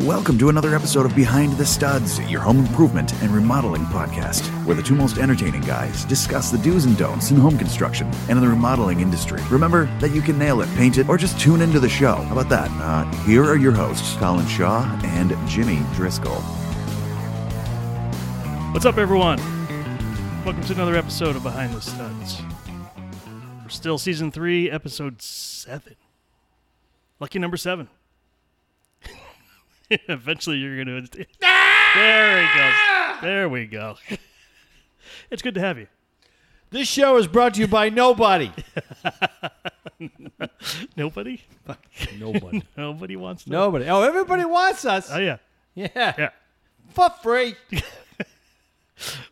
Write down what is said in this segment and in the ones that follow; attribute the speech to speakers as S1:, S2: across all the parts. S1: Welcome to another episode of Behind the Studs, your home improvement and remodeling podcast, where the two most entertaining guys discuss the do's and don'ts in home construction and in the remodeling industry. Remember that you can nail it, paint it, or just tune into the show. How about that? Uh, here are your hosts, Colin Shaw and Jimmy Driscoll.
S2: What's up, everyone? Welcome to another episode of Behind the Studs. We're still season three, episode seven. Lucky number seven. Eventually, you're going to. There it goes. There we go. It's good to have you.
S3: This show is brought to you by nobody.
S2: Nobody?
S3: nobody.
S2: Nobody wants to.
S3: Nobody. Oh, everybody wants us.
S2: Oh, yeah.
S3: yeah.
S2: Yeah.
S3: For free.
S2: Well,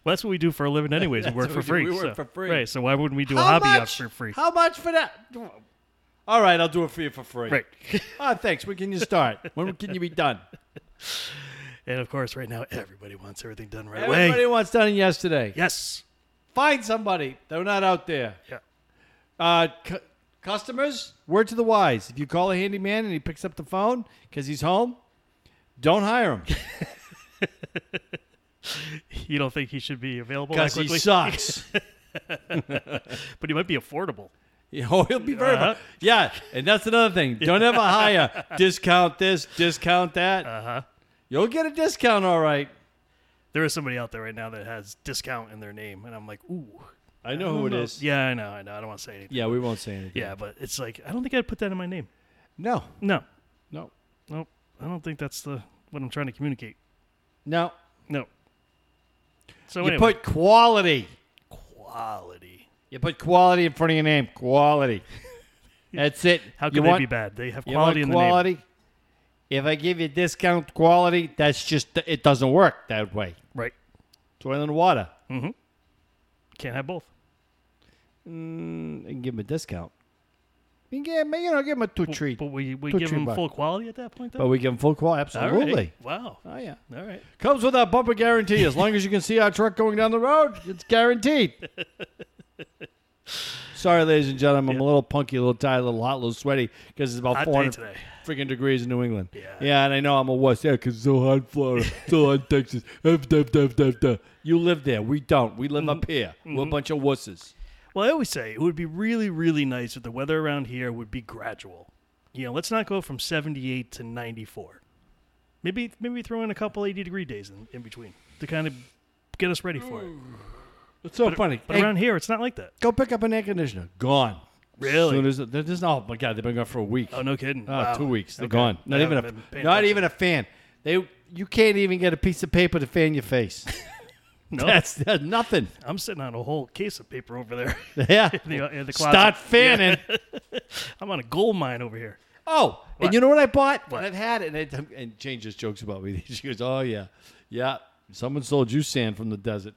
S2: that's what we do for a living, anyways. We work
S3: what
S2: for
S3: we
S2: free.
S3: do. We work
S2: so-
S3: for free.
S2: Right. So, why wouldn't we do a
S3: How
S2: hobby
S3: much?
S2: up for free?
S3: How much for that? All right, I'll do it for you for free.
S2: right.
S3: Oh, thanks. When can you start? When can you be done?
S2: and of course, right now, everybody wants everything done right
S3: Everybody
S2: away.
S3: wants done yesterday.
S2: Yes.
S3: Find somebody. They're not out there.
S2: Yeah.
S3: Uh, cu- customers, word to the wise. If you call a handyman and he picks up the phone because he's home, don't hire him
S2: You don't think he should be available that
S3: because he
S2: quickly?
S3: sucks.
S2: but he might be affordable.
S3: Yeah, Oh, he'll be very
S2: Uh-huh.
S3: Yeah, and that's another thing. Don't ever hire discount this, discount that.
S2: Uh-huh.
S3: You'll get a discount, all right.
S2: There is somebody out there right now that has discount in their name, and I'm like, ooh.
S3: I know who it is. Yeah.
S2: Yeah, I know, I know. I don't want to say anything.
S3: we won't say anything.
S2: Yeah, but it's like I don't think I'd put that in my name.
S3: No,
S2: No,
S3: no,
S2: nope. I don't think that's the what I'm trying to communicate.
S3: no.
S2: No. So
S3: You
S2: anyway,
S3: put quality.
S2: quality.
S3: You put quality in front of your name. Quality. That's it.
S2: How
S3: you
S2: can they
S3: want,
S2: be bad? They have
S3: You want
S2: quality in
S3: quality? If I give you discount quality, that's just, it doesn't work that way.
S2: the name. Right.
S3: It's oil and water.
S2: Mm. Can't have both.
S3: Mm, and give him a discount. You can give him, you know, give him a two treat.
S2: But we, we
S3: Two
S2: give
S3: treat
S2: them
S3: bar.
S2: full quality at that point,
S3: But
S2: though?
S3: we give him full quality.
S2: All right.
S3: Absolutely.
S2: Wow.
S3: Oh yeah.
S2: All right.
S3: Comes with our bumper guarantee. As long as you can see our truck going down the road, it's guaranteed. Sorry, ladies and gentlemen, I'm a little punky, a little tired, a little hot, a little sweaty because it's about
S2: Hot day
S3: 400
S2: today.
S3: freaking degrees in New England.
S2: Yeah.
S3: and I know I'm a wuss. Yeah, because it's so hot in Florida, so hot in Texas. F, duh, duh, duh, duh. You live there. We don't. We live up here. We're a bunch of wusses.
S2: Well, I always say it would be really, really nice if the weather around here would be gradual. You know, let's not go from 78 to 94. Maybe maybe throw in a couple 80 degree days in, in between to kind of get us ready for it.
S3: It's so funny.
S2: But
S3: Hey,
S2: around here, it's not like that.
S3: go pick up an air conditioner. Gone.
S2: Really?
S3: Soon as, there's no, oh my God, they've been gone for a week.
S2: Oh, no kidding.
S3: Oh,
S2: Wow.
S3: two weeks. They're
S2: Okay.
S3: gone. Not
S2: I
S3: even
S2: haven't been
S3: a
S2: paying
S3: not
S2: attention.
S3: even a fan. They you can't even get a piece of paper to fan your face.
S2: No,
S3: That's, that's nothing.
S2: I'm sitting on a whole case of paper over there.
S3: Yeah.
S2: the- in the closet.
S3: Start fanning.
S2: I'm on a gold mine over here.
S3: Oh,
S2: What?
S3: and you know what I bought?
S2: What?
S3: And I've had it. And, it, and Jane just jokes about me. She goes, "Oh yeah, yeah. Someone sold you sand from the desert."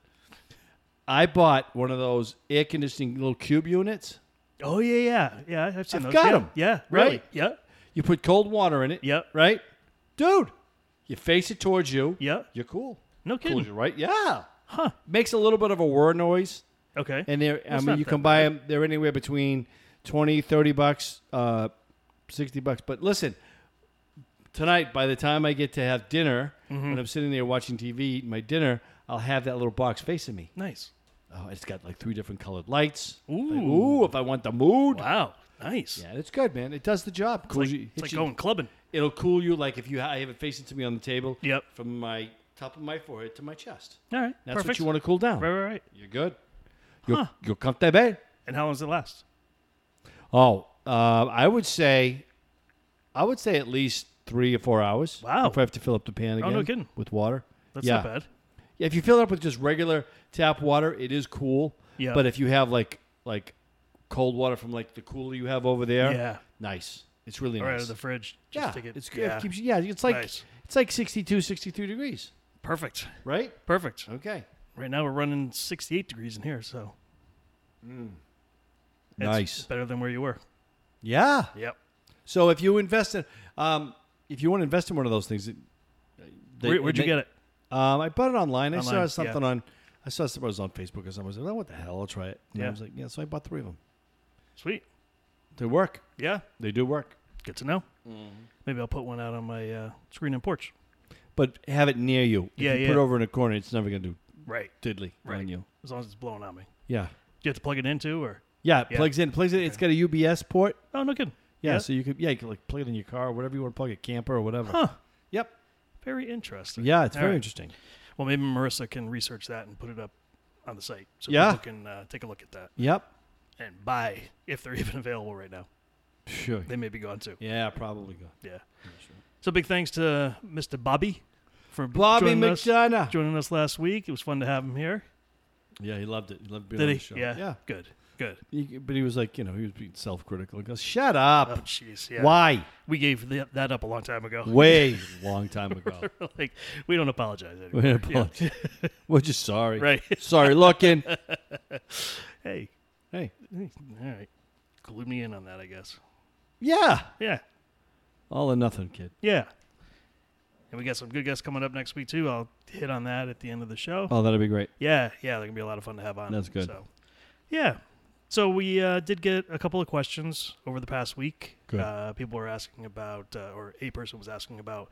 S3: I bought one of those air conditioning little cube units.
S2: Oh, yeah, yeah. Yeah, I've seen
S3: I've
S2: those.
S3: got
S2: yeah.
S3: 'em.
S2: Yeah,
S3: Right?
S2: really. Yeah,
S3: You put cold water in it.
S2: Yep.
S3: Right, dude. You face it towards you.
S2: Yep.
S3: You're cool.
S2: no
S3: Cools
S2: kidding.
S3: you, right? Yeah.
S2: Huh.
S3: Makes a little bit of a whir noise.
S2: Okay.
S3: and they're
S2: That's
S3: i mean
S2: not
S3: you
S2: that
S3: can buy them they're anywhere between 20 30 bucks uh 60 bucks but listen tonight by the time i get to have dinner
S2: Mm-hmm.
S3: when i'm sitting there watching tv eating my dinner i'll have that little box facing me
S2: nice.
S3: oh it's got like three different colored lights Like,
S2: Ooh.
S3: ooh if i want the mood
S2: Wow. Nice.
S3: yeah it's good man it does the job
S2: It's
S3: cools
S2: like,
S3: you,
S2: it's
S3: hits
S2: like
S3: you-
S2: going clubbing.
S3: it'll cool you like if you ha- i have it facing to me on the table
S2: Yep.
S3: from my top of my forehead to my chest
S2: All right.
S3: that's
S2: perfect.
S3: what you want to cool down
S2: Right, right, right.
S3: you're good you're,
S2: Huh.
S3: you're comfortable
S2: And how long does it last?
S3: Oh, uh, I would say, I would say at least three or four hours.
S2: Wow.
S3: If I have to fill up the pan
S2: Oh,
S3: again.
S2: no kidding.
S3: With water.
S2: That's
S3: yeah.
S2: not bad.
S3: Yeah, if you fill it up with just regular tap water, it is cool.
S2: Yeah.
S3: But if you have like like cold water from like the cooler you have over there,
S2: Yeah.
S3: nice. It's really
S2: Or out
S3: nice.
S2: of the fridge. Just
S3: yeah,
S2: take it.
S3: it's good.
S2: Yeah.
S3: It keeps you, yeah, it's like
S2: Nice.
S3: it's like 62, 63 degrees,
S2: Perfect.
S3: right?
S2: Perfect.
S3: Okay.
S2: Right now we're running 68 degrees in here, so it's
S3: Nice.
S2: better than where you were.
S3: Yeah.
S2: Yep.
S3: So if you invest in, um, if you want to invest in one of those things, it- they-
S2: Where, would you
S3: they-
S2: get it?
S3: Um, I bought it online. I saw
S2: Online,
S3: something
S2: yeah.
S3: on. I saw something it was on Facebook or something. I was like, oh, what the hell? I'll try it. And
S2: Yeah.
S3: I was like, yeah. So I bought three of them.
S2: Sweet.
S3: They work.
S2: Yeah.
S3: They do work.
S2: Good to know. Maybe I'll put one out on my uh, screen and porch.
S3: But have it near you.
S2: Yeah,
S3: if you
S2: yeah.
S3: Put it over in a corner. It's never gonna do
S2: Right.
S3: diddly
S2: Right.
S3: on you.
S2: As long as it's blowing on me. Do
S3: Yeah.
S2: you have to plug it into or?
S3: Yeah. It
S2: Yeah.
S3: Plugs in. Plugs in. It's got a UBS port.
S2: Oh, no kidding.
S3: Yeah, So you could yeah you could like plug it in your car or whatever you want to plug it camper or whatever.
S2: Huh.
S3: Yep.
S2: Very interesting.
S3: Yeah. It's
S2: All
S3: very
S2: right.
S3: interesting.
S2: Well, maybe Marissa can research that and put it up on the site so
S3: Yeah.
S2: people can uh, take a look at that
S3: Yep.
S2: and buy if they're even available right now.
S3: Sure.
S2: They may be gone too.
S3: Yeah. Probably go.
S2: Yeah. So big thanks to Mr. Bobby for
S3: Bobby
S2: joining us,
S3: McDonough.
S2: joining us last week. It was fun to have him here.
S3: Yeah, he loved it. He loved being
S2: Did
S3: on
S2: he?
S3: the show.
S2: Yeah.
S3: Yeah.
S2: Good. Good.
S3: He- but he was like, you know, he was being self-critical. He goes, "Shut up.
S2: Oh, jeez. Yeah.
S3: Why?
S2: We gave th- that up a long time ago.
S3: Way long time ago.
S2: like we don't apologize
S3: We
S2: anymore.
S3: apologize. We're just sorry.
S2: Right.
S3: Sorry looking.
S2: Hey.
S3: Hey.
S2: All right. Glue me in on that, I guess.
S3: Yeah.
S2: Yeah.
S3: All or nothing, kid.
S2: Yeah. And we got some good guests coming up next week too. I'll hit on that at the end of the show.
S3: Oh, that'd be great.
S2: Yeah, yeah, they're gonna be a lot of fun to have on.
S3: That's good.
S2: So, yeah, so we uh, did get a couple of questions over the past week.
S3: Good.
S2: Uh, people were asking about, uh, or a person was asking about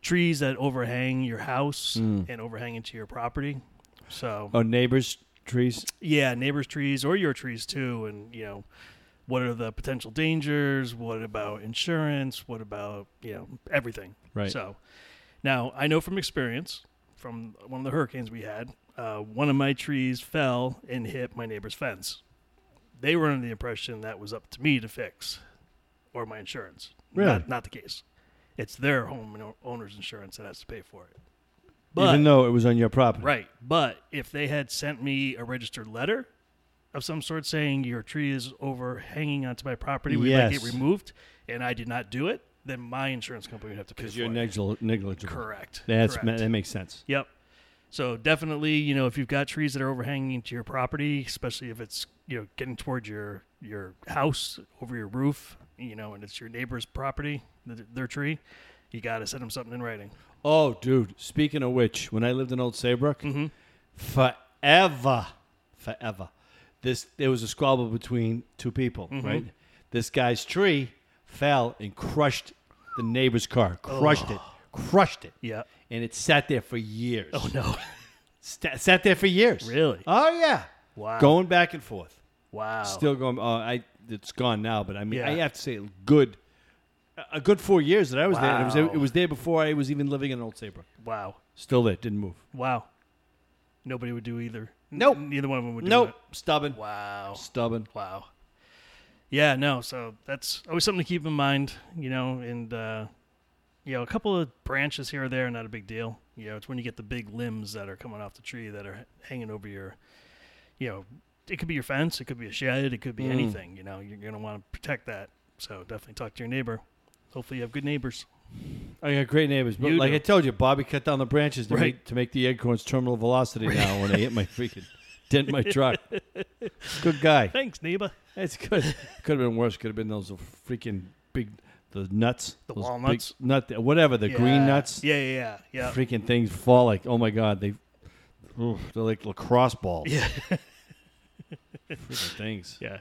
S2: trees that overhang your house
S3: Mm.
S2: and overhang into your property. So,
S3: Oh, neighbors, trees.
S2: yeah, neighbors' trees or your trees too, and you know, what are the potential dangers? What about insurance? What about you know everything?
S3: Right.
S2: So now I know from experience from one of the hurricanes we had, uh, one of my trees fell and hit my neighbor's fence. They were under the impression that was up to me to fix or my insurance.
S3: Really?
S2: Not, not the case. It's their home owner's insurance that has to pay for it.
S3: Even though it was on your property.
S2: Right. But if they had sent me a registered letter of some sort saying your tree is overhanging onto my property, we'd like
S3: Yes.
S2: it removed, and I did not do it, then my insurance company would have to pay
S3: Because
S2: for
S3: you're
S2: it.
S3: negli- negligible.
S2: Correct.
S3: That's
S2: Correct.
S3: ma- that makes sense.
S2: Yep. So definitely, you know, if you've got trees that are overhanging into your property, especially if it's you know getting towards your your house over your roof, you know, and it's your neighbor's property, th- their tree, you got to send them something in writing.
S3: Oh, dude. Speaking of which, when I lived in Old Saybrook,
S2: Mm-hmm.
S3: forever, forever, this there was a squabble between two people.
S2: Mm-hmm.
S3: Right. This guy's tree fell and crushed the neighbor's car. Crushed it. Crushed it.
S2: Yeah.
S3: And it sat there for years.
S2: Oh no.
S3: Sta sat there for years.
S2: Really?
S3: Oh yeah.
S2: Wow.
S3: Going back and forth.
S2: wow.
S3: Still going. Oh, I it's gone now, but I mean, I
S2: Yeah.
S3: have to say, good, a good four years that I was there. and It was
S2: Wow.
S3: it was there before I was even living in Old Saybrook.
S2: wow.
S3: Still there. Didn't move.
S2: Wow. Nobody would do either. N-
S3: Nope.
S2: Neither one of them would do
S3: Nope. Stubborn.
S2: it. Wow.
S3: Stubborn.
S2: Wow. Yeah, no. So that's always something to keep in mind, you know, and, uh, you know, a couple of branches here or there, are not a big deal. You know, it's when you get the big limbs that are coming off the tree that are hanging over your, you know, it could be your fence, it could be a shed, it could
S3: Mm.
S2: be anything, you know, you're going to want to protect that. So definitely talk to your neighbor. Hopefully you have good neighbors.
S3: I Oh, got great neighbors, but
S2: You
S3: like
S2: do.
S3: I told you, Bobby cut down the branches to,
S2: Right.
S3: make, to make the acorns terminal velocity now when I hit my freaking dent my truck. Good guy.
S2: Thanks, neighbor.
S3: It's good. Could have been worse. Could have been those freaking big, the nuts,
S2: The
S3: those big
S2: walnuts?
S3: nut whatever the green
S2: Yeah.
S3: nuts.
S2: Yeah, yeah, yeah. yeah.
S3: Freaking things fall like oh my god they, oof, they're like lacrosse balls. Yeah. freaking things.
S2: Yeah.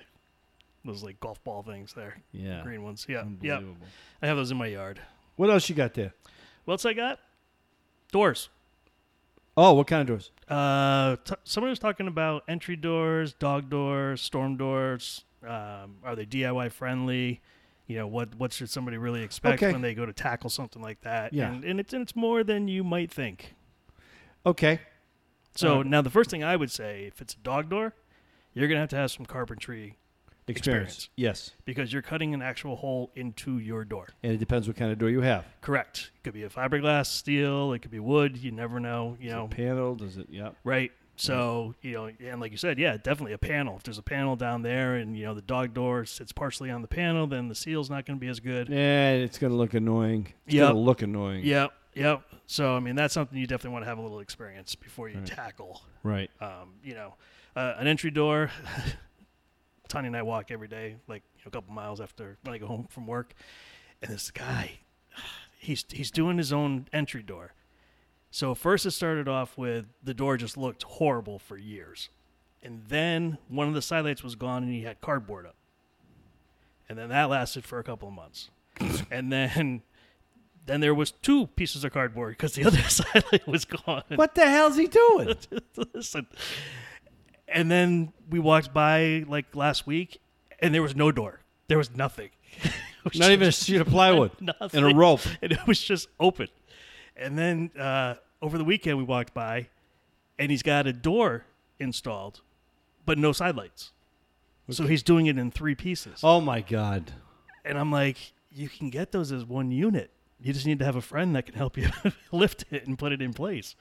S2: Those like golf ball things there.
S3: Yeah.
S2: Green ones. Yeah. Yeah.
S3: Unbelievable.
S2: I have those in my yard.
S3: What else you got there?
S2: What else I got? Doors.
S3: Oh, what kind of doors?
S2: Uh, t- somebody was talking about entry doors, dog doors, storm doors. Um, are they DIY friendly? You know what? What should somebody really expect
S3: Okay.
S2: when they go to tackle something like that?
S3: Yeah.
S2: and, and it's and it's more than you might think.
S3: Okay.
S2: So
S3: Alright.
S2: now the first thing I would say, if it's a dog door, you're gonna have to have some carpentry
S3: Experience.
S2: Experience.
S3: Yes.
S2: because you're cutting an actual hole into your door.
S3: And it depends what kind of door you have.
S2: Correct. It could be a fiberglass, steel. It could be wood. You never know. You know,
S3: Panel does it? Yep.
S2: Right. So, you know, and like you said, yeah, definitely a panel. If there's a panel down there and, you know, the dog door sits partially on the panel, then the seal's not going to be as good.
S3: Yeah, it's gonna look annoying. It's
S2: Yep.
S3: gonna look annoying.
S2: Yep. Yep. So, I mean, that's something you definitely want to have a little experience before you tackle,
S3: Right.
S2: um, you know, uh, an entry door. Tony and I walk every day, like you know, a couple miles after when I go home from work. And this guy, he's he's doing his own entry door. So first it started off with the door just looked horrible for years. And then one of the sidelights was gone and he had cardboard up. And then that lasted for a couple of months. and then then there was two pieces of cardboard because the other side was gone.
S3: What the hell's he doing?
S2: Listen. And then we walked by like last week, and there was no door. There was nothing. It was
S3: Not even a
S2: just-
S3: sheet of plywood
S2: nothing.
S3: and a rope.
S2: and it was just open. And then uh, over the weekend, we walked by, and he's got a door installed, but no side lights. So he's doing it in three pieces.
S3: Oh my god.
S2: And I'm like, you can get those as one unit. You just need to have a friend that can help you lift it and put it in place.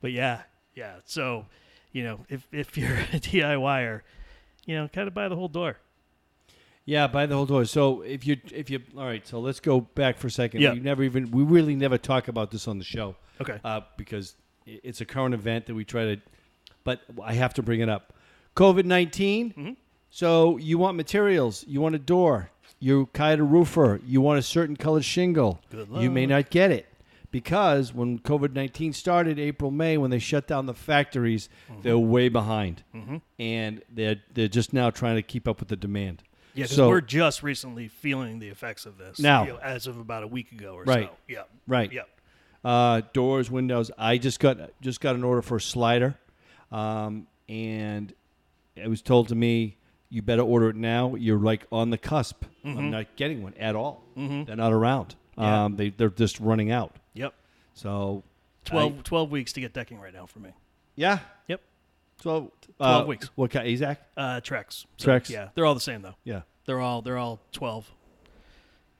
S2: But yeah, yeah. So, you know, if, if you're a DIYer, er, you know, kind of buy the whole door.
S3: Yeah, by the whole door. So if you if you all right, so let's go back for a second.
S2: Yeah.
S3: We never even we really never talk about this on the show.
S2: Okay.
S3: Uh, because i- it's a current event that we try to, but I have to bring it up. COVID 19
S2: Mm-hmm.
S3: So you want materials? You want a door? You hired a roofer? You want a certain colored shingle?
S2: Good
S3: You may
S2: luck.
S3: not get it because when COVID 19 started, April, May, when they shut down the factories,
S2: Mm-hmm.
S3: they're way behind. And they're, they're just now trying to keep up with the demand.
S2: Yeah, 'cause
S3: So-
S2: we're just recently feeling the effects of this
S3: Now.
S2: you know, as of about a week ago or
S3: Right.
S2: so. Yeah,
S3: Right.
S2: Yeah,
S3: uh, doors, windows. I just got just got an order for a slider, um, and it was told to me you better order it now. You're like on the cusp. I'm not getting one at all. They're not around.
S2: Mm-hmm. Yeah.
S3: Um, they they're just running out.
S2: yep.
S3: So
S2: 12, 12 weeks to get decking right now for me.
S3: yeah,
S2: Yep.
S3: twelve. uh,
S2: 12 weeks.
S3: What kind? Azak?
S2: Uh, Trex. So,
S3: Trex.
S2: Yeah, they're all the same though.
S3: Yeah,
S2: They're all they're all twelve,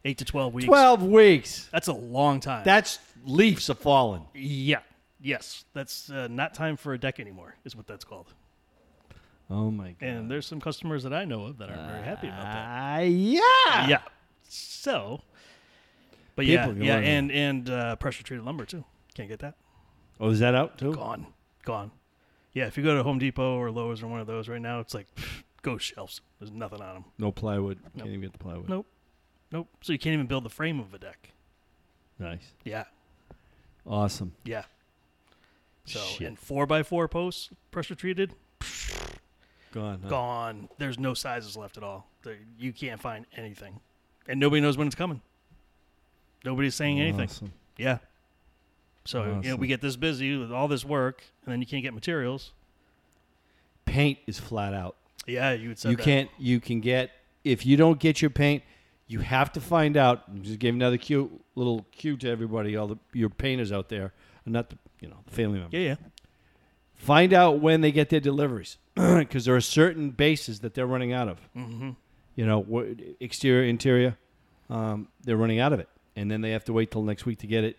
S2: eight to twelve weeks.
S3: twelve weeks.
S2: That's a long time.
S3: That's leaves are falling.
S2: Yeah. Yes. That's uh, not time for a deck anymore, is what that's called.
S3: Oh my god.
S2: And there's some customers that I know of that aren't very happy about that.
S3: Ah, yeah.
S2: Yeah. So, but
S3: People go
S2: yeah, yeah,
S3: on.
S2: and and uh, pressure treated lumber too. Can't get that.
S3: Oh, is that out too?
S2: Gone. Gone. Yeah. If you go to Home Depot or Lowe's or one of those right now, it's like ghost shelves. There's nothing on them.
S3: No plywood. Can't even get the plywood.
S2: Nope. Nope. So you can't even build the frame of a deck.
S3: Nice.
S2: Yeah.
S3: Awesome.
S2: Yeah. So
S3: Shit.
S2: and four by four posts, pressure treated,
S3: Gone. huh?
S2: gone. There's no sizes left at all. There- You can't find anything, and nobody knows when it's coming. Nobody's saying anything.
S3: Awesome.
S2: Yeah. So you know,
S3: Awesome.
S2: we get this busy with all this work, and then you can't get materials.
S3: Paint is flat out.
S2: Yeah, you would say
S3: you
S2: that.
S3: can't. You can get if you don't get your paint, you have to find out. I'm just gave another cute little cue to everybody, all the your painters out there, and not the you know the family members.
S2: Yeah, yeah.
S3: Find out when they get their deliveries because there are certain bases that they're running out of. Mm-hmm. You know, wh- exterior, interior, um, they're running out of it, and then they have to wait till next week to get it.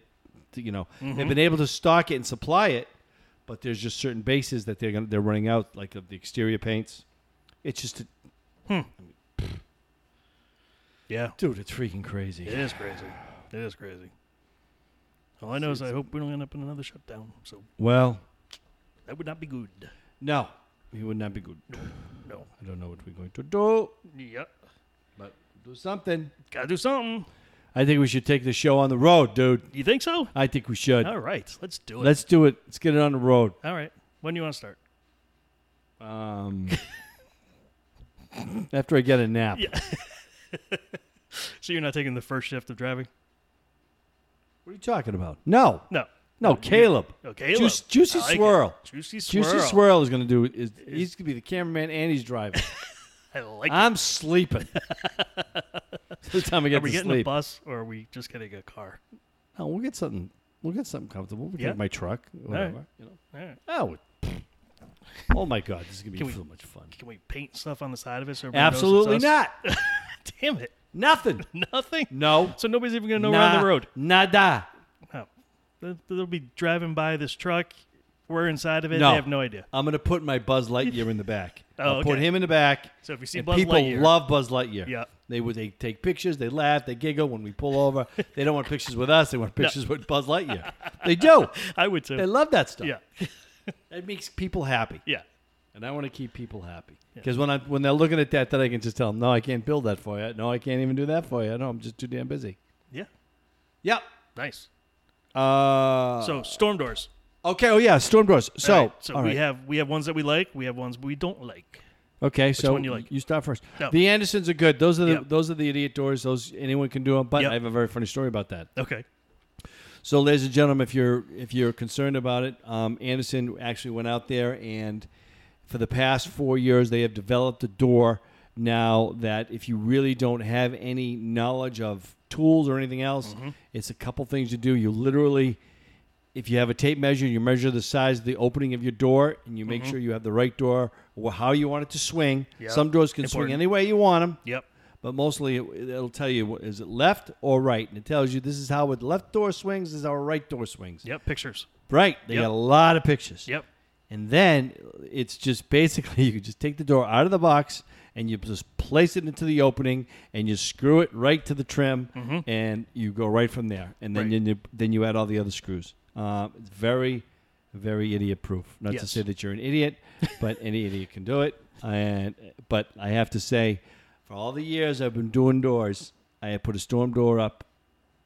S3: To, you know, they've been able to stock it and supply it, but there's just certain bases that they're gonna, they're running out, like of the exterior paints. It's just, a,
S2: Yeah.
S3: dude, it's freaking crazy.
S2: It is crazy. It is crazy. All I know is I hope we don't end up in another shutdown. So
S3: Well,
S2: that would not be good.
S3: no, it would not be good.
S2: No.
S3: I don't know what we're going to do,
S2: Yeah.
S3: but do something.
S2: Gotta do something.
S3: I think we should take the show on the road, dude.
S2: You think so?
S3: I think we should.
S2: All right. Let's do it.
S3: Let's do it. Let's get it on the road.
S2: all right. When do you want to start?
S3: Um, after I get a nap.
S2: Yeah. So you're not taking the first shift of driving?
S3: What are you talking about? No,
S2: No.
S3: no, Caleb.
S2: Okay.
S3: Juice- Juicy Swirl.
S2: Juicy swirl.
S3: Juicy Swirl is going to do. Is, he's going to be the cameraman and he's driving.
S2: I like. it.
S3: I'm sleeping. the time I
S2: Are
S3: get
S2: we
S3: to
S2: getting a
S3: sleep.
S2: bus or are we just getting a car?
S3: No, we'll get something. We'll get something comfortable. We'll
S2: Yeah.
S3: get my truck. Whatever.
S2: right.
S3: You know.
S2: All right.
S3: Oh. it- Oh my God! This is gonna be
S2: Can we-
S3: so much fun.
S2: Can we paint stuff on the side of it? So everybody knows it's
S3: Absolutely
S2: us?
S3: not.
S2: Damn it.
S3: Nothing.
S2: Nothing.
S3: No.
S2: So nobody's even gonna know we're on
S3: Nah.
S2: the road.
S3: Nada.
S2: No. They'll- They'll be driving by this truck. We're inside of it.
S3: No.
S2: They have no idea.
S3: I'm gonna put my Buzz Lightyear in the back.
S2: Oh,
S3: I'll put
S2: okay.
S3: him in the back.
S2: So if you see
S3: and
S2: Buzz
S3: people
S2: Lightyear-
S3: love Buzz Lightyear.
S2: Yeah.
S3: They would they take pictures, they laugh, they giggle when we pull over. they don't want pictures with us, they want pictures with Buzz Lightyear. They do.
S2: I would too.
S3: They love that stuff.
S2: yeah.
S3: It makes people happy.
S2: Yeah.
S3: And I want to keep people happy. Because when I when they're looking at that, then I can just tell them, No, I can't build that for you. No, I can't even do that for you. No, I'm just too damn busy.
S2: Yeah.
S3: Yep.
S2: Nice.
S3: Uh
S2: So storm doors.
S3: okay, oh yeah, storm doors. So,
S2: All right, so
S3: all
S2: we
S3: right.
S2: have we have ones that we like. We have ones we don't like.
S3: Okay, so
S2: one you like?
S3: start first.
S2: No.
S3: The Andersons are good. Those are the
S2: Yeah.
S3: those are the idiot doors. Those anyone can do them. But
S2: Yep.
S3: I have a very funny story about that.
S2: Okay.
S3: So, ladies and gentlemen, if you're if you're concerned about it, um, Anderson actually went out there and for the past four years they have developed a door now that if you really don't have any knowledge of tools or anything else, it's a couple things you do. You literally, if you have a tape measure, you measure the size of the opening of your door and you make sure you have the right door or how you want it to swing.
S2: Yeah.
S3: Some doors can
S2: Important.
S3: swing any way you want them
S2: Yep.
S3: but mostly it, it'll tell you what- is it left or right, and it tells you this is how the left door swings, this is how a right door swings.
S2: Yep. Pictures.
S3: Right, they
S2: Yep.
S3: got a lot of pictures.
S2: Yep.
S3: And then it's just basically you just take the door out of the box and you just place it into the opening and you screw it right to the trim and you go right from there. And then
S2: Mm-hmm. Right.
S3: you, then you add all the other screws. Uh, it's very, very idiot proof. Not to
S2: Yes.
S3: say that you're an idiot, but any idiot can do it. And uh, but I have to say, for all the years I've been doing doors, I had put a storm door up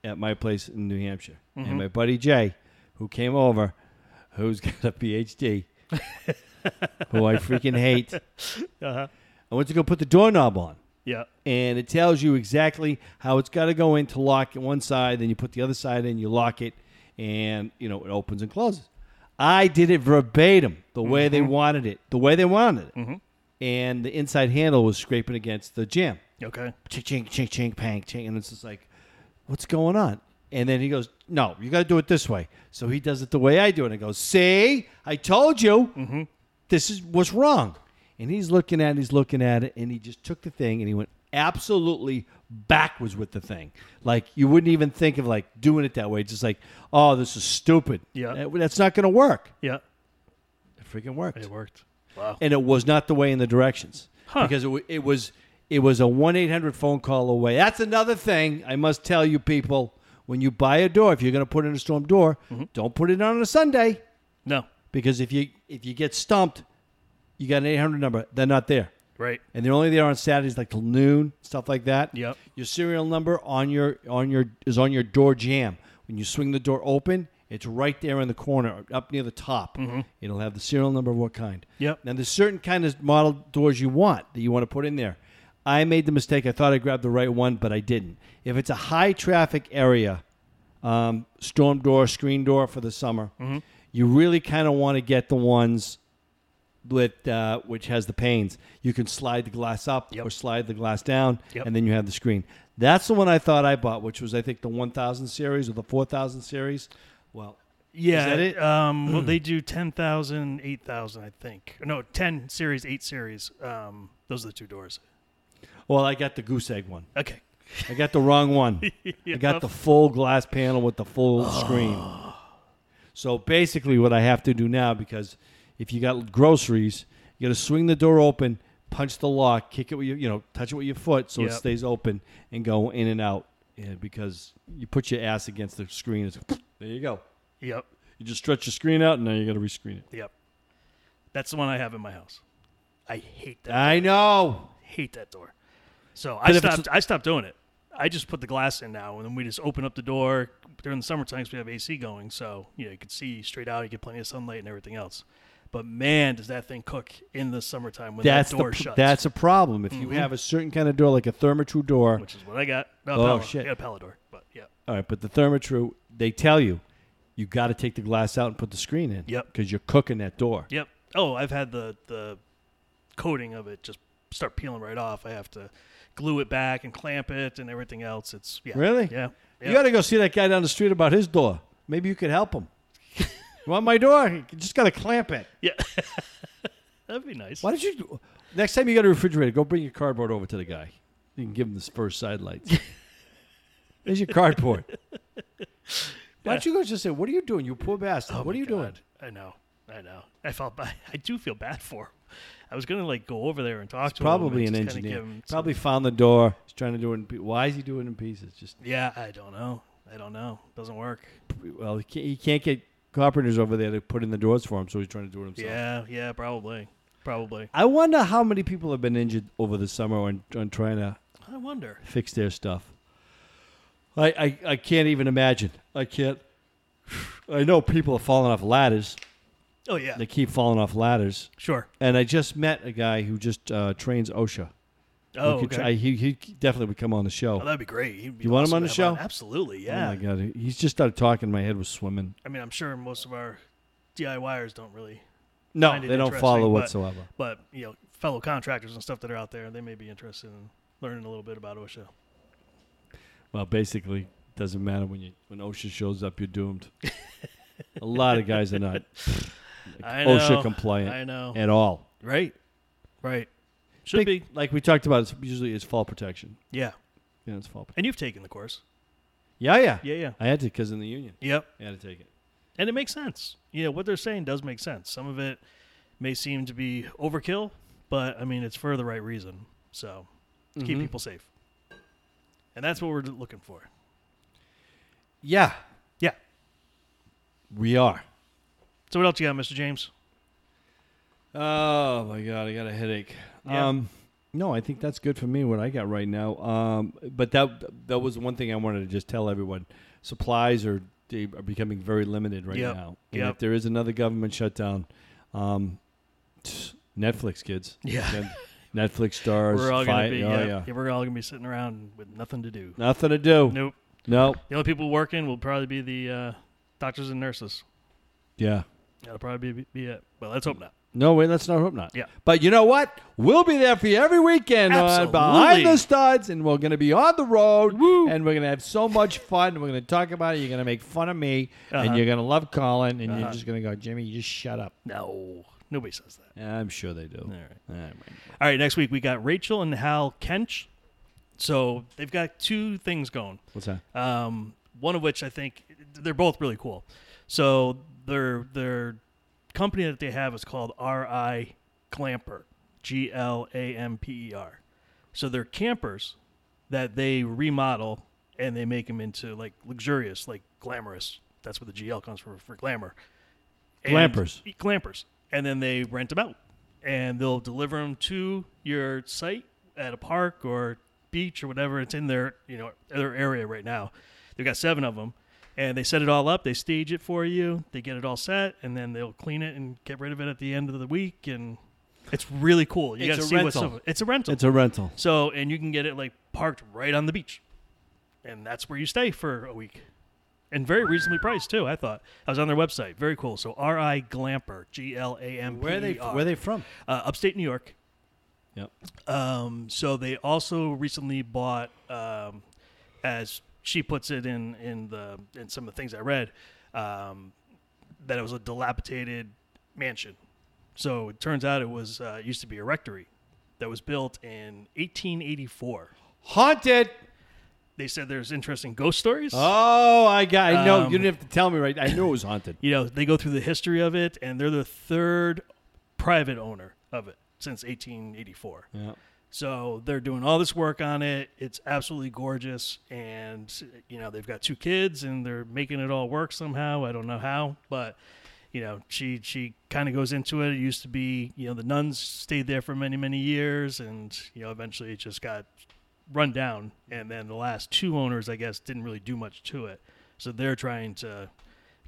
S3: at my place in New Hampshire, and my buddy Jay, who came over, who's got a PhD, who I freaking hate.
S2: Uh-huh.
S3: I went to go put the doorknob on,
S2: Yeah.
S3: and it tells you exactly how it's got to go in to lock one side. Then you put the other side in, you lock it, and you know it opens and closes. I did it verbatim, the way they wanted it, the way they wanted it, and the inside handle was scraping against the jam
S2: Okay.
S3: chink chink chink chink pang chink and it's just like what's going on and then he goes no you got to do it this way so he does it the way i do it and goes see i told you
S2: Mm-hmm.
S3: this is what's wrong and he's looking at it he's looking at it and he just took the thing and he went absolutely backwards with the thing like you wouldn't even think of like doing it that way just like oh this is stupid
S2: Yeah.
S3: That- that's not gonna work
S2: Yeah.
S3: it freaking worked
S2: It worked. Wow.
S3: and it was not the way in the directions because it, wa- it was it was a one eight hundred phone call away. That's another thing I must tell you people: when you buy a door, if you're going to put in a storm door, don't put it on a Sunday
S2: No.
S3: because if you if you get stumped, you got an eight hundred number. They're not there,
S2: Right.
S3: and they're only there on Saturdays, like till noon, stuff like that.
S2: Yep.
S3: Your serial number on your on your is on your door jam. When you swing the door open, it's right there in the corner, up near the top. It'll have the serial number of what kind.
S2: Mm-hmm. Yep.
S3: Now there's certain kind of model doors you want that you want to put in there. I made the mistake. I thought I grabbed the right one, but I didn't. If it's a high traffic area, um, storm door, screen door for the summer,
S2: Mm-hmm.
S3: you really kind of want to get the ones with uh, which has the panes. You can slide the glass up
S2: Yep.
S3: or slide the glass down,
S2: Yep.
S3: and then you have the screen. That's the one I thought I bought, which was I think the 1000 series or the 4000 series. Well,
S2: Yeah.
S3: that it? Hmm.
S2: Um, well, they do 10,000, 8,000, I think. No, 10 series, 8 series. Um, those are the two doors.
S3: well, I got the goose egg one.
S2: Okay.
S3: I got the wrong one. I got the full glass panel with the full screen. So basically, what I have to do now, because if you got groceries, you got to swing the door open, punch the lock, kick it with your, you know, touch it with your foot so it
S2: Yep.
S3: stays open, and go in and out. And because you put your ass against the screen, it's, there you go.
S2: Yep.
S3: You just stretch your screen out, and now you got to rescreen it.
S2: Yep. That's the one I have in my house. I hate that.
S3: I know.
S2: hate that door. So I
S3: But if it's
S2: stopped. I stopped doing it. I just put the glass in now, and then we just open up the door during the summertime 'cause we have AC going. So you know you could see straight out. You get plenty of sunlight and everything else. But man, does that thing cook in the summertime when
S3: That's
S2: that
S3: the
S2: door
S3: pr-
S2: shuts? Mm-hmm.
S3: that's a problem. If you have a certain kind of door, like a thermatrue door,
S2: which is what I got. No,
S3: Oh,
S2: Pella.
S3: shit.
S2: I got a Pella door, but yeah,
S3: All right, but the Thermatrue, they tell you you got to take the glass out and put the screen in.
S2: Yep.
S3: Because you're cooking that door.
S2: yep. Oh, I've had the the coating of it just start peeling right off. I have to glue it back and clamp it and everything else. It's yeah,
S3: Really?
S2: yeah.
S3: You
S2: yeah.
S3: got to go see that guy down the street about his door. Maybe you could help him. you want my door? You just got to clamp it.
S2: yeah. That'd be nice.
S3: Why don't you? Next time you got a refrigerator, go bring your cardboard over to the guy. You can give him this first sidelights. There's your cardboard. Why don't you go just say, "What are you doing, you poor bastard?
S2: Oh
S3: what
S2: my
S3: are you doing?"
S2: God. I know. I know. I felt bad. I do feel bad for him. I was gonna like go over there and talk to
S3: Probably
S2: him.
S3: an
S2: and just kinda
S3: engineer.
S2: give him some-
S3: Probably found the door. He's trying to do it. In, pe- why is he doing it in pieces? Just
S2: yeah. I don't know. I don't know. Doesn't work.
S3: well, he can't, he can't get carpenters over there to put in the doors for him, so he's trying to do it himself.
S2: Yeah. Yeah. Probably. Probably.
S3: I wonder how many people have been injured over the summer on, on trying to
S2: I wonder.
S3: fix their stuff. I, I, I can't even imagine. I can't. I know people are falling off ladders,
S2: Oh yeah,
S3: They keep falling off ladders.
S2: sure.
S3: And I just met a guy who just uh, trains OSHA.
S2: Oh,
S3: He could
S2: okay.
S3: try- he, he definitely would come on the show.
S2: Oh, that'd be great. He'd be
S3: You want him
S2: awesome
S3: on
S2: to
S3: the
S2: have
S3: show?
S2: Absolutely.
S3: Oh
S2: Yeah.
S3: my god, he- he's just started talking. My head was swimming.
S2: I mean, I'm sure most of our DIYers don't really,
S3: No,
S2: Find it
S3: they don't
S2: interesting,
S3: follow
S2: but-
S3: whatsoever.
S2: but you know, fellow contractors and stuff that are out there, they may be interested in learning a little bit about OSHA.
S3: Well, basically, doesn't matter when you when OSHA shows up, you're doomed. a lot of guys are not
S2: I know,
S3: OSHA compliant
S2: I know.
S3: at all.
S2: Right. Right. Should
S3: Big-
S2: be.
S3: like we talked about. It's usually it's fall protection.
S2: Yeah.
S3: Yeah, it's fall. Protection.
S2: And you've taken the course.
S3: Yeah, yeah,
S2: Yeah, yeah.
S3: I had to because in the union,
S2: Yep.
S3: I had to take it.
S2: And it makes sense. You know, what they're saying does make sense. Some of it may seem to be overkill, but I mean, it's for the right reason. So to
S3: Mm-hmm.
S2: keep people safe. And that's what we're looking for.
S3: Yeah,
S2: Yeah.
S3: we are.
S2: So what else you got, Mr. James?
S3: Oh my god, I got a headache.
S2: Yeah.
S3: Um no, I think that's good for me what I got right now. Um but that that was one thing I wanted to just tell everyone. Supplies are they are becoming very limited right
S2: Yep.
S3: now. And
S2: Yep.
S3: if there is another government shutdown, um tch, Netflix kids.
S2: Yeah.
S3: Net- Netflix stars.
S2: We're all
S3: fi-
S2: gonna be
S3: oh,
S2: yeah,
S3: yeah.
S2: yeah, we're all gonna be sitting around with nothing to do.
S3: Nothing to do.
S2: Nope.
S3: Nope.
S2: The only people working will probably be the uh, doctors and nurses.
S3: Yeah.
S2: That'll probably be, be it. Well, let's hope not.
S3: No, wait, let's not hope not.
S2: Yeah.
S3: But you know what? We'll be there for you every weekend on
S2: Absolutely.
S3: Behind the Studs, and we're going to be on the road,
S2: Woo.
S3: and we're going to have so much fun. We're going to talk about it. You're going to make fun of me,
S2: Uh-huh.
S3: and you're going to love Colin, and you're just going to go, Jimmy, you just shut up.
S2: No, nobody says that.
S3: And I'm sure they do.
S2: All right.
S3: All right.
S2: All right, next week we got Rachel and Hal Kench. So they've got two things going.
S3: What's that?
S2: Um, one of which I think they're both really cool. So their their company that they have is called RI Clamper, G L A M P E R. So they're campers that they remodel and they make them into like luxurious, like glamorous. That's where the GL comes from for glamour. And-
S3: Glampers.
S2: Glampers. And then they rent them out and they'll deliver them to your site at a park or beach or whatever it's in their, you know, their area right now. They've got seven of them and they set it all up. They stage it for you. They get it all set and then they'll clean it and get rid of it at the end of the week. And it's really cool. You
S3: It's
S2: got to
S3: a
S2: see what's
S3: rental.
S2: up. It's a rental.
S3: It's a rental.
S2: So, and you can get it like parked right on the beach. And that's where you stay for a week. And very reasonably priced too, I thought. I was on their website. Very cool. So RI Glamper, G L A M P E R.
S3: Where are they, where are they from?
S2: Uh, upstate New York.
S3: Yep.
S2: Um, so they also recently bought, um, as she puts it in in the in some of the things I read, um, that it was a dilapidated mansion. So it turns out it was uh, it used to be a rectory that was built in 1884.
S3: Haunted.
S2: They said there's interesting ghost stories.
S3: Oh, I got I know.
S2: Um,
S3: you didn't have to tell me right. I knew it was haunted.
S2: you know, they go through the history of it, and they're the third private owner of it since 1884.
S3: yeah.
S2: So they're doing all this work on it. It's absolutely gorgeous, and you know they've got two kids, and they're making it all work somehow. I don't know how, but you know she she kind of goes into it. It used to be you know the nuns stayed there for many many years, and you know eventually it just got run down. And then the last two owners, I guess, didn't really do much to it, so they're trying to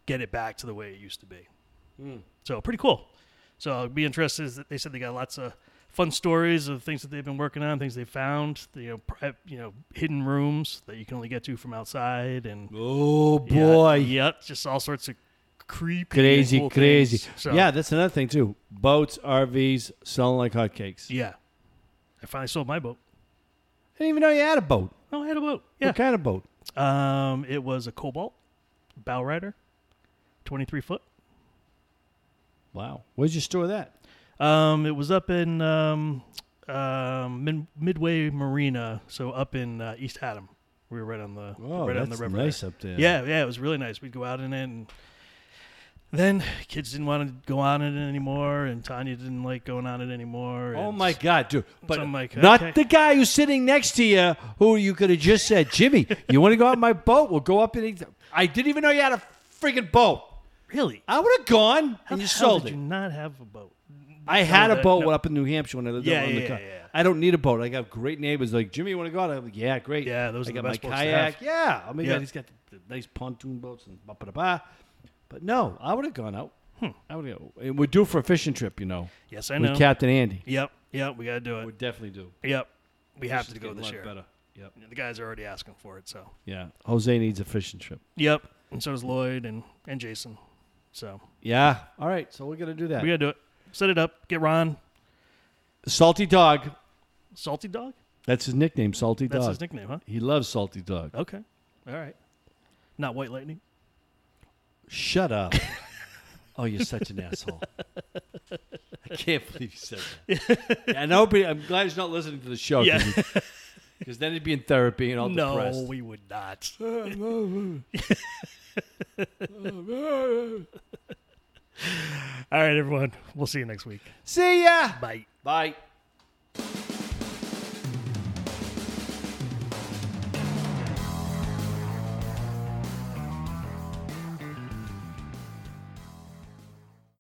S2: get it back to the way it used to be. So pretty cool. So I'll be interested. Is that they said they got lots of fun stories of things that they've been working on, things they found, you know, pri- you know, hidden rooms that you can only get to from outside, and
S3: Oh
S2: Yeah,
S3: boy.
S2: yep, just all sorts of creepy, and
S3: Crazy,
S2: cool
S3: crazy.
S2: things. So,
S3: Yeah, that's another thing too. Boats, RVs, selling like hotcakes.
S2: yeah. I finally sold my boat.
S3: I didn't even know you had a boat.
S2: Oh, I had a boat. Yeah.
S3: What kind of boat?
S2: Um, it was a Cobalt bow rider, twenty three foot.
S3: Wow. Where'd you store that?
S2: Um, it was up in um, um, Min- Midway Marina, so up in uh, East Haddam. We were right on the
S3: Oh,
S2: right
S3: that's
S2: on the river.
S3: nice
S2: there.
S3: up there.
S2: Yeah, yeah, it was really nice. We'd go out in it, and then kids didn't want to go on it anymore, and Tanya didn't like going on it anymore.
S3: Oh
S2: and
S3: my God, dude! But
S2: I'm like,
S3: not
S2: okay.
S3: the guy who's sitting next to you, who you could have just said, "Jimmy, you want to go out on my boat? We'll go up and." eat." I didn't even know you had a freaking boat.
S2: really,
S3: I would have gone
S2: How
S3: and you
S2: the hell
S3: sold
S2: did
S3: it.
S2: you not have a boat?
S3: I had
S2: know
S3: a
S2: that-
S3: boat
S2: no.
S3: up in New Hampshire when I lived
S2: Yeah,
S3: on the
S2: yeah,
S3: co-
S2: yeah, yeah.
S3: I don't need a boat. I got great neighbors. Like Jimmy, you want to go out? I'm like, yeah, great.
S2: Yeah, those
S3: I
S2: are the
S3: got
S2: best
S3: my
S2: boats to have.
S3: kayak. Yeah, oh, I mean,
S2: Yeah.
S3: he's got the, the nice pontoon boats and ba ba ba. But no, I would have gone out. Hmm, I would go. It would do for a fishing trip, you know,
S2: Yes, I know.
S3: with Captain Andy.
S2: yep, yep, we gotta do it.
S3: Would definitely do.
S2: Yep, we have
S3: Just
S2: to
S3: get
S2: go
S3: a
S2: this
S3: lot
S2: year.
S3: Better. Yep.
S2: The guys are already asking for it, so
S3: Yeah. Jose needs a fishing trip.
S2: yep. And so does Lloyd and and Jason. So
S3: Yeah. All right. So we're gonna do that.
S2: we gotta do it. Set it up. Get Ron.
S3: Salty Dog.
S2: Salty dog.
S3: That's his nickname. Salty
S2: That's
S3: Dog.
S2: his nickname, huh?
S3: He loves Salty Dog.
S2: Okay. All right. Not White Lightning.
S3: Shut up. oh, you're such an asshole. I can't believe you said that. Yeah, and I hope he- I'm glad he's not listening to the show.
S2: Yeah.
S3: Because then he'd be in therapy and all
S2: no,
S3: depressed.
S2: we would not. All right, everyone. We'll see you next week.
S3: See ya.
S2: Bye.
S3: Bye.